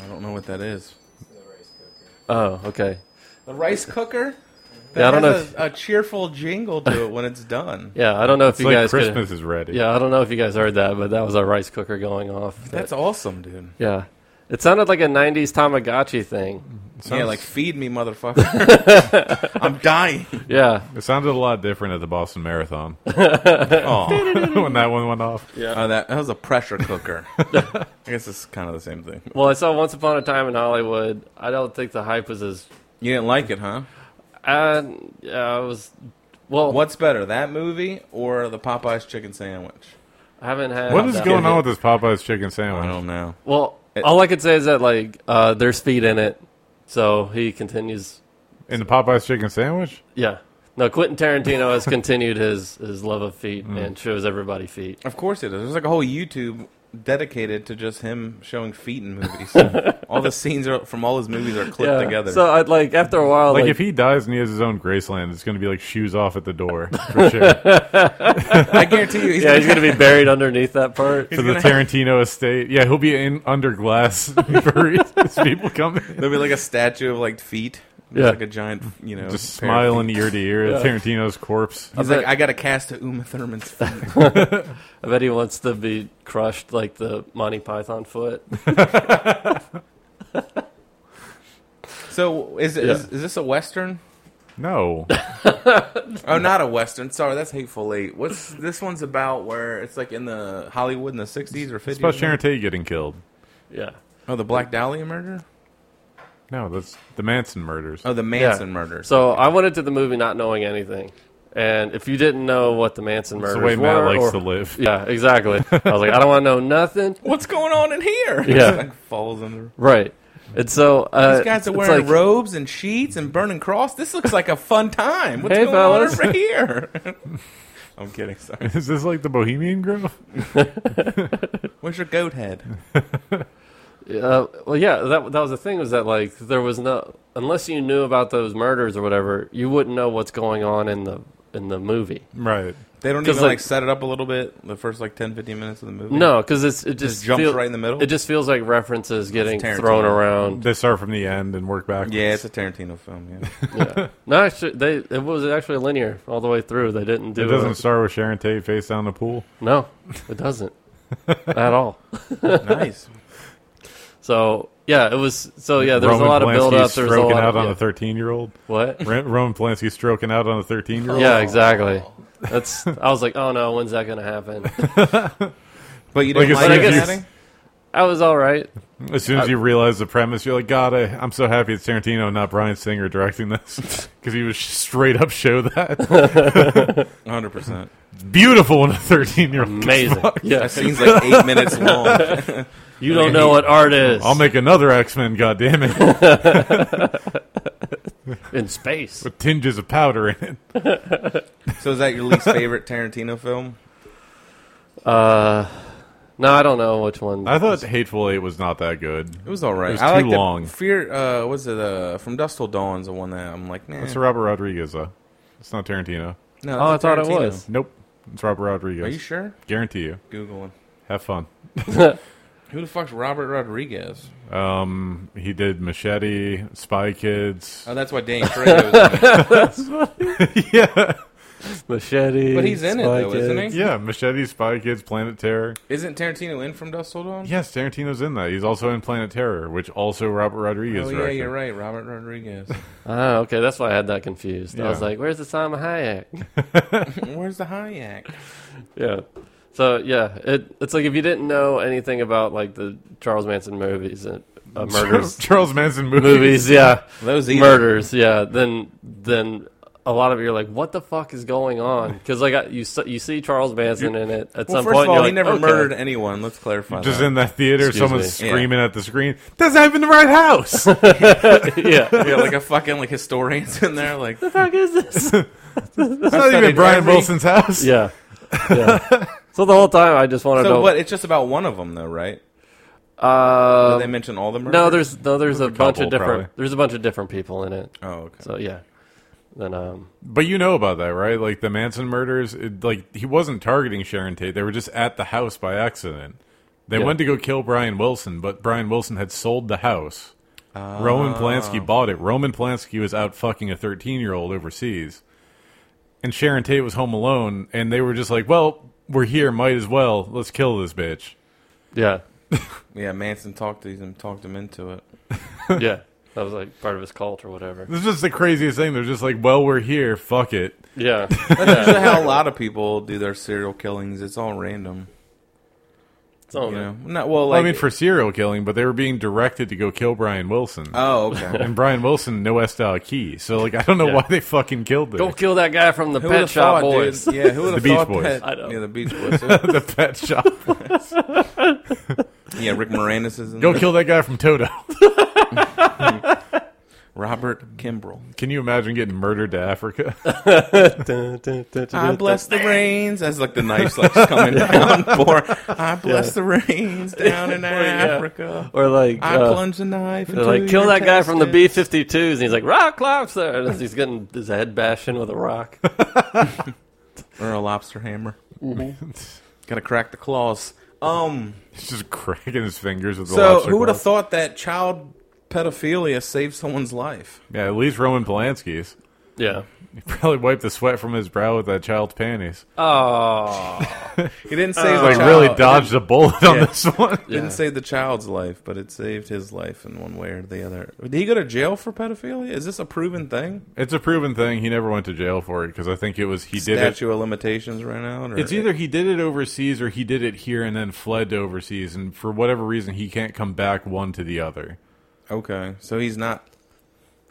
S3: I don't know what that is.
S2: oh okay
S3: The rice cooker? That
S2: Yeah, I don't
S3: has
S2: know
S3: A, a cheerful jingle to it when it's done.
S2: yeah I don't know if
S1: It's
S2: you
S1: like
S2: guys could-
S1: Christmas is ready.
S2: yeah I don't know if you guys heard that but that was a rice cooker going off
S3: That's awesome, dude.
S2: yeah it sounded like a '90s Tamagotchi thing
S1: Sounds-
S3: Yeah, like feed me, motherfucker. I'm dying.
S2: yeah
S1: It sounded a lot different at the Boston Marathon. Aw. when that one went off.
S3: Oh, that, that was a pressure cooker. I guess it's kind of the same thing.
S2: well I saw Once Upon a Time in Hollywood I don't think the hype was as
S3: You didn't like it, huh?
S2: uh yeah, I was well
S3: What's better, that movie or the Popeyes chicken sandwich?
S2: I haven't had
S1: what is
S2: that
S1: going
S2: one.
S1: on with this Popeye's chicken
S3: I
S1: sandwich?
S3: don't know.
S2: well
S3: It-
S2: all I could say is that like uh there's feet in it so he continues
S1: In the Popeye's chicken sandwich?
S2: yeah. No, Quentin Tarantino has continued his, his love of feet
S1: Mm.
S2: and shows everybody feet.
S3: Of course it is. There's like a whole YouTube dedicated to just him showing feet in movies. all the scenes are, from all his movies are clipped
S2: Yeah.
S3: together.
S2: So I'd like after a while,
S1: Like,
S2: like,
S1: if he dies and he has his own Graceland, it's going to be like shoes off at the door for sure. for
S3: I guarantee you, he's
S2: yeah,
S3: gonna,
S2: he's gonna be buried underneath that part.
S1: the Tarantino estate. Yeah, he'll be in under glass for as people come in.
S3: there'll be like a statue of like feet. There's
S2: Yeah.
S3: like a giant, you know,
S1: Just
S3: pair of
S1: smiling ear to ear at Tarantino's corpse.
S3: feet. He's
S2: I
S3: like,
S2: bet-
S3: I got a cast of Uma Thurman's feet.
S2: I bet he wants to be crushed like the Monty Python foot.
S3: So is, it
S2: Yeah.
S3: is is this a western?
S1: No.
S3: Oh, not a western. Sorry, that's hateful eight. What's this one's about? Where it's like in the Hollywood in the sixties or
S1: It's about
S3: fifties?
S1: Sharon Tate getting killed.
S2: Yeah,
S3: Oh, the Black Dahlia murder.
S1: No, that's the Manson murders.
S3: Oh, the Manson murder.
S2: So I went into the movie not knowing anything, and if you didn't know what the Manson
S1: That's
S2: murders
S1: the way
S2: were,
S1: Matt likes
S2: or-
S1: to live.
S2: yeah, exactly. I was like, I don't want to know nothing.
S3: what's going on in here?
S2: Yeah.
S3: like falls under.
S2: Right. And so uh,
S3: These guys are
S2: it's
S3: wearing
S2: like,
S3: robes and sheets and burning cross. This looks like a fun time. What's
S2: Hey,
S3: going
S2: fellas.
S3: on over here? I'm kidding. Sorry.
S1: Is this like the Bohemian Grove?
S3: Where's your goat head?
S2: Uh, well, yeah, that that was the thing was that like there was no unless you knew about those murders or whatever, you wouldn't know what's going on in the in the movie.
S1: Right.
S3: They don't
S2: 'Cause,
S3: even like,
S2: like-
S3: set it up a little bit the first like 10, 15 minutes of the movie.
S2: No, because it's it just,
S3: just jumps
S2: feel-
S3: right in the middle.
S2: It just feels like references getting
S3: Tarantino.
S2: thrown around.
S1: They start from the end and work backwards.
S3: yeah, it's a Tarantino film. Yeah,
S2: yeah. No, actually, they it was actually linear all the way through. They didn't do
S1: It doesn't start with Sharon Tate face down the pool.
S2: No, it doesn't at all.
S3: nice.
S2: So yeah, it was. So Oh, yeah, there was
S1: Roman
S2: a lot of
S1: Polanski
S2: build up. There was a
S1: stroking
S2: lot
S1: out
S2: of
S1: on
S2: yeah.
S1: a thirteen-year-old.
S2: what?
S1: Roman Polanski stroking out on a thirteen-year-old.
S2: Yeah, exactly. That's. I was like, oh no, when's that gonna happen?
S3: But you
S1: Like,
S3: didn't
S1: as
S3: like,
S2: soon
S3: like
S2: as you-
S3: that?
S2: I was all right.
S1: As soon as you realize the premise, you're like, God, I, I'm so happy it's Tarantino, not Brian Singer directing this, because he was straight up show that
S3: Hundred percent.
S1: beautiful in a thirteen-year-old.
S2: Amazing.
S3: That
S2: Yeah,
S3: scene's like eight minutes long.
S2: you don't know what art is.
S1: I'll make another X-Men. God damn it,
S2: in space.
S1: with tinges of powder in it.
S3: So is that your least favorite Tarantino film?
S2: Uh, no, I don't know which one.
S1: I thought Hateful Eight was not that good.
S3: It was all right.
S1: It was
S3: I
S1: too
S3: liked it-
S1: long.
S3: Fear. Uh, was it uh, from Dusk Till Dawn's the one that I'm like, nah.
S1: It's Robert Rodriguez, though. It's not Tarantino.
S3: no,
S2: Oh, I
S3: that's
S2: thought it
S3: Tarantino.
S2: was.
S1: Nope, it's Robert Rodriguez.
S3: Are you sure?
S1: Guarantee you.
S3: Googling.
S1: Have fun.
S3: Who the fuck's Robert Rodriguez?
S1: Um, he did Machete, Spy Kids.
S3: Oh, that's why Dane Trejo. was in it.
S1: yeah,
S2: Machete.
S3: But he's in it,
S2: Spy
S3: though, isn't he?
S2: Kids.
S1: yeah, Machete, Spy Kids, Planet Terror.
S3: Isn't Tarantino in From Dusk Till Dawn?
S1: Yes, Tarantino's in that. He's also in Planet Terror, which also Robert Rodriguez.
S3: Oh yeah,
S1: directed.
S3: you're right, Robert Rodriguez.
S2: Ah, okay, that's why I had that confused. I was
S1: Yeah.
S2: like, where's the Simon Hayek?
S3: Where's the Hayek?
S2: Yeah. So yeah, it it's like if you didn't know anything about like the Charles Manson movies and uh, murders
S1: Charles Manson movies.
S2: movies, yeah,
S3: Those either.
S2: murders, yeah, then then a lot of you're like, what the fuck is going on? Because like I, you s- you see Charles Manson in it at
S3: Well,
S2: some
S3: first
S2: point,
S3: of all,
S2: you're
S3: he
S2: like,
S3: never
S2: okay.
S3: murdered anyone. Let's clarify.
S1: Just
S3: that.
S1: in that theater,
S2: Excuse
S1: someone's
S2: me.
S3: Yeah.
S1: screaming at the screen. That's not even the right house.
S2: yeah, what
S3: yeah, like a fucking like historians in there, like
S2: the fuck is this?
S1: That's not even
S3: studied
S1: Brian
S3: every-
S1: Wilson's house.
S2: yeah, yeah. So the whole time I just want to
S3: So,
S2: know.
S3: but it's just about one of them, though, right? Did
S2: uh,
S3: they mention all the murders?
S2: no, there's no, there's a bunch
S1: couple,
S2: of different.
S1: probably.
S2: There's a bunch of different people in it.
S3: Oh, okay.
S2: So yeah, then um,
S1: But you know about that, right? Like the Manson murders, it, like he wasn't targeting Sharon Tate. They were just at the house by accident. They
S2: Yeah.
S1: went to go kill Brian Wilson, but Brian Wilson had sold the house. Roman Polanski bought it. Roman Polanski was out fucking a 13 year old overseas. And Sharon Tate was home alone, and they were just like, well, we're here, might as well. Let's kill this bitch.
S2: yeah.
S3: Yeah, Manson talked to him, talked him into it.
S2: yeah, that was like part of his cult or whatever.
S1: This is just the craziest thing. They're just like, well, we're here. Fuck it.
S2: Yeah,
S3: That's usually how a lot of people do their serial killings. It's all random.
S2: so,
S3: You know, not well. Like,
S1: I mean, for serial killing, but they were being directed to go kill Brian Wilson.
S3: oh, okay.
S1: and Brian Wilson no S style key. So like I don't know
S2: Yeah.
S1: why they fucking killed
S2: go
S1: him.
S2: kill that guy from the
S3: Who
S2: Pet
S3: would've
S2: Shop
S3: thought,
S2: Boys.
S3: dude? Yeah, who would have
S1: The Beach
S3: thought
S1: Boys.
S3: that?
S2: I know.
S3: Yeah, the Beach Boys.
S1: the pet shop.
S3: yeah, Rick Moranis is in
S1: Go
S3: there.
S1: kill that guy from Toto.
S3: Robert Kimbrell.
S1: Can you imagine getting murdered to Africa?
S3: I bless the rains. That's like the knife like coming down. For I bless the rains down in Africa.
S2: Or like,
S3: I
S2: uh,
S3: plunge the knife.
S2: they're like kill that guy from the B 52s, and he's like, rock clocks there. And he's getting his head bashed in with a rock.
S3: or a lobster hammer.
S2: Mm-hmm.
S3: Gotta crack the claws. Um.
S1: He's just cracking his fingers with the
S3: So
S1: lobster
S3: who would have
S1: claws.
S3: thought that child pedophilia saved someone's life?
S1: Yeah, at least Roman Polanski's.
S2: Yeah.
S1: He probably wiped the sweat from his brow with that child's panties.
S2: Oh,
S3: He didn't save the
S1: like
S3: child.
S1: really dodged a bullet on
S3: Yeah.
S1: this one.
S3: It didn't save the child's life, but it saved his life in one way or the other. Did he go to jail for pedophilia? Is this a proven thing?
S1: It's a proven thing. He never went to jail for it because I think it was he did it.
S3: Statue of limitations right now. Or
S1: It's either he did it overseas or he did it here and then fled to overseas, and for whatever reason he can't come back one to the other.
S3: okay. So he's not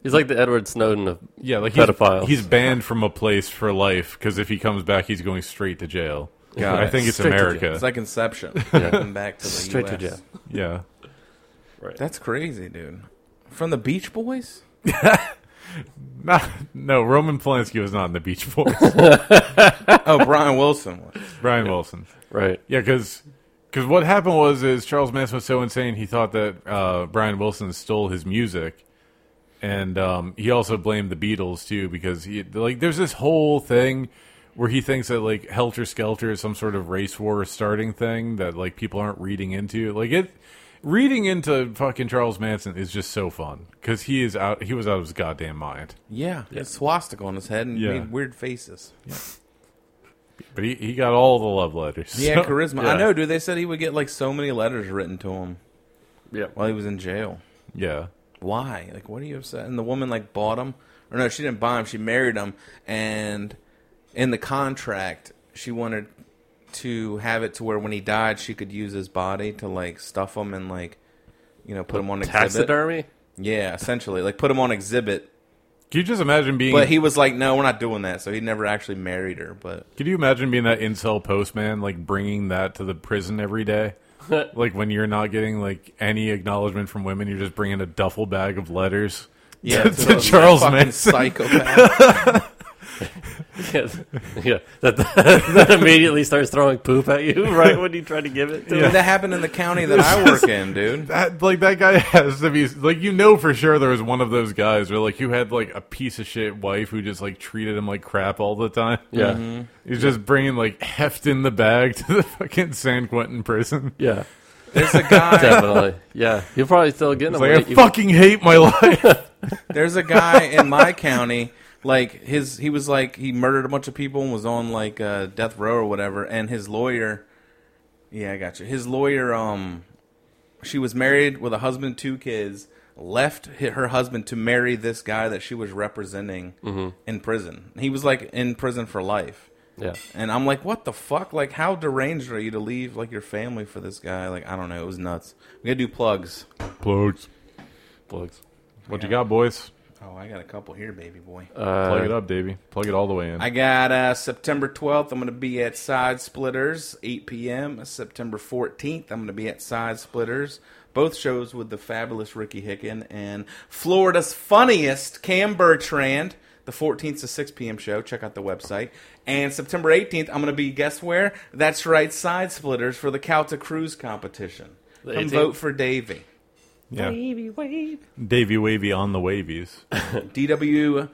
S2: he's like the Edward Snowden of
S1: Yeah, like
S2: Pedophiles.
S1: He's, he's banned from a place for life because if he comes back, he's going straight to jail.
S3: Got
S1: I
S3: it.
S1: think it's
S2: Straight to jail.
S1: America.
S3: It's like Inception. Come back to the
S2: straight to
S3: US.
S2: jail.
S1: yeah,
S3: That's crazy, dude. From the Beach Boys?
S1: Nah, no. Roman Polanski was not in the Beach Boys.
S3: Oh, Brian Wilson. was.
S1: Brian Wilson.
S2: Right.
S1: Yeah, because what happened was is Charles Manson was so insane he thought that uh, Brian Wilson stole his music, and um, he also blamed the Beatles too because he like there's this whole thing where he thinks that like Helter Skelter is some sort of race war starting thing that like people aren't reading into. Like it, reading into fucking Charles Manson is just so fun because he is out. He was out of his goddamn mind.
S3: Yeah, yeah. It's swastika on his head and
S1: Yeah.
S3: made weird faces.
S1: But he, he got all the love letters.
S3: Yeah,
S1: So-
S3: charisma.
S1: Yeah.
S3: I know, dude. They said he would get like so many letters written to him
S2: Yeah.
S3: while he was in jail.
S1: Yeah.
S3: Why? Like, what are you upset? And the woman like bought him, or no, she didn't buy him. She married him, and in the contract, she wanted to have it to where when he died, she could use his body to like stuff him and like, you know, put him on exhibit.
S2: Taxidermy.
S3: Yeah, essentially, like put him on exhibit.
S1: Can you just imagine being?
S3: But he was like, "No, we're not doing that." So he never actually married her. But
S1: Could you imagine being that incel postman, like bringing that to the prison every day? like when you're not getting like any acknowledgement from women, you're just bringing a duffel bag of letters.
S3: yeah,
S1: to
S3: to those
S1: Charles
S3: fucking
S1: Manson.
S3: psychopath.
S2: yeah, yeah. That, that, immediately starts throwing poop at you right when you try to give it to
S3: Dude, that happened in the county that I work in, dude.
S1: That like that guy has to be like you know for sure there was one of those guys where like who had like a piece of shit wife who just like treated him like crap all the time.
S2: Yeah. Mm-hmm.
S1: he's just bringing like heft in the bag to the fucking San Quentin prison.
S2: Yeah,
S3: There's a guy.
S2: definitely. Yeah, you're probably still getting
S1: It's
S2: them.
S1: like I
S2: right? You-
S1: fucking hate my life.
S3: There's a guy in my county. Like his, he was like he murdered a bunch of people and was on like uh, death row or whatever. And his lawyer, yeah, I got you. His lawyer, um, she was married with a husband, two kids. Left hi- her husband to marry this guy that she was representing in prison. He was like in prison for life.
S2: yeah,
S3: And I'm like, what the fuck? Like, how deranged are you to leave like your family for this guy? Like, I don't know. It was nuts. We gotta do plugs.
S1: Plugs.
S2: plugs.
S1: What you got, boys?
S3: Oh, I got a couple here, baby boy.
S2: Uh,
S1: Plug it up, Davey. Plug it all the way in.
S3: I got uh, September 12th. I'm going to be at Side Splitters, 8 p.m. September 14th. I'm going to be at Side Splitters. Both shows with the fabulous Ricky Hicken and Florida's funniest Cam Bertrand. The 14th to 6 p.m. show. Check out the website. And September 18th, I'm going to be, guess where? That's right, Side Splitters for the Calta Cruise competition.
S2: The
S3: Come
S2: 18th?
S3: vote for Davey.
S1: yeah. Davey Wavy on the wavies.
S3: DW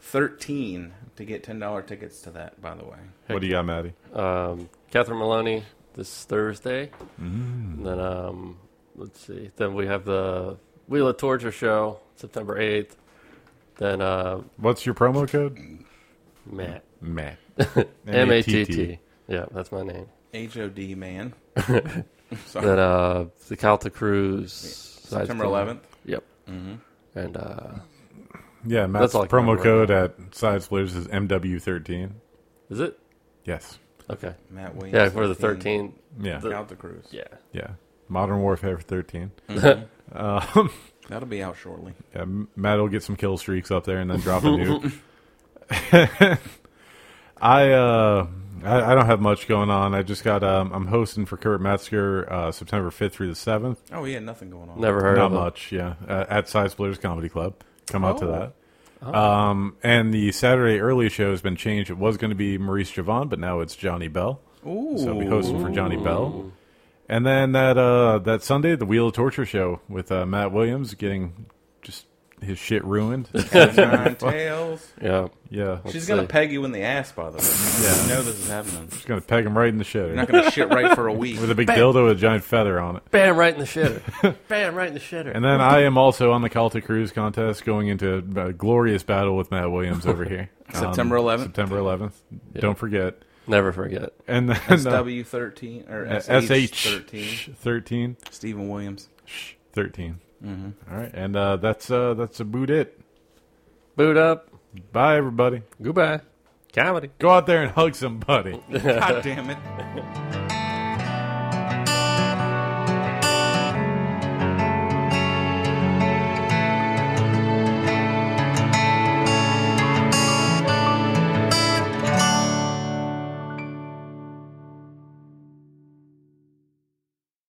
S3: 13 to get $10 tickets to that, by the way.
S1: What do you got, Maddie?
S2: Um, Catherine Maloney this Thursday. And then um, let's see. Then we have the Wheel of Torture show September eighth. Then uh,
S1: What's your promo code?
S2: Matt
S1: Matt.
S2: M A T T. Yeah, that's my name.
S3: H O D man. Sorry.
S2: Then uh, the Calta Cruise side
S3: September Mm-hmm.
S2: thing. uh,
S3: 11th.
S2: Yep. And uh,
S1: Yeah, Matt's
S2: That's all I can
S1: promo
S2: remember
S1: code
S2: right
S1: at Side Splitters is MW13.
S2: is it
S1: Yes.
S2: okay?
S3: Matt Williams.
S2: Yeah, for the thirteenth.
S1: Yeah.
S2: The-
S3: Out the cruise.
S2: Yeah.
S1: yeah. Modern Warfare 13.
S2: Mm-hmm.
S3: That'll be out shortly.
S1: Yeah, M- Matt will get some kill streaks up there and then drop a nuke. I, uh, I I don't have much going on. I just got um, I'm hosting for Kurt Metzger uh, September 5th through the 7th.
S3: Oh, yeah, nothing going on.
S2: Never heard
S1: Not
S2: of them.
S1: much, yeah. Uh, at Side Splitters Comedy Club. Come out to
S3: Oh.
S1: that. Um, and the Saturday early show has been changed. It was going to be Maurice Javon, but now it's Johnny Bell.
S3: Ooh.
S1: So I'll be hosting for Johnny Bell. And then that uh, that Sunday, the Wheel of Torture show with uh, Matt Williams getting just his shit ruined.
S3: Cat o' Nine tails.
S2: Yeah.
S1: yeah, she's
S3: She's going
S2: see.
S3: to peg you in the ass, by the way. Yeah. You know this is happening.
S1: gonna peg him right in the shit
S3: You're not going to shit right for a week.
S1: with a big dildo with a giant feather on it.
S2: Bam! Right in the shitter. Bam! Right in the shitter.
S1: And then I am also on the Celtic Cruise contest, going into a glorious battle with Matt Williams over here. Um,
S3: September 11th.
S1: September 11th. Don't forget.
S2: Never forget.
S1: And then uh,
S3: SW13 or SH13.
S1: SH 13.
S3: Stephen Williams. Mm-hmm.
S1: 13. All right, and uh, that's uh, that's about it.
S2: Boot up.
S1: Bye, everybody.
S2: Goodbye. Comedy.
S1: Go out there and hug somebody.
S3: God damn it.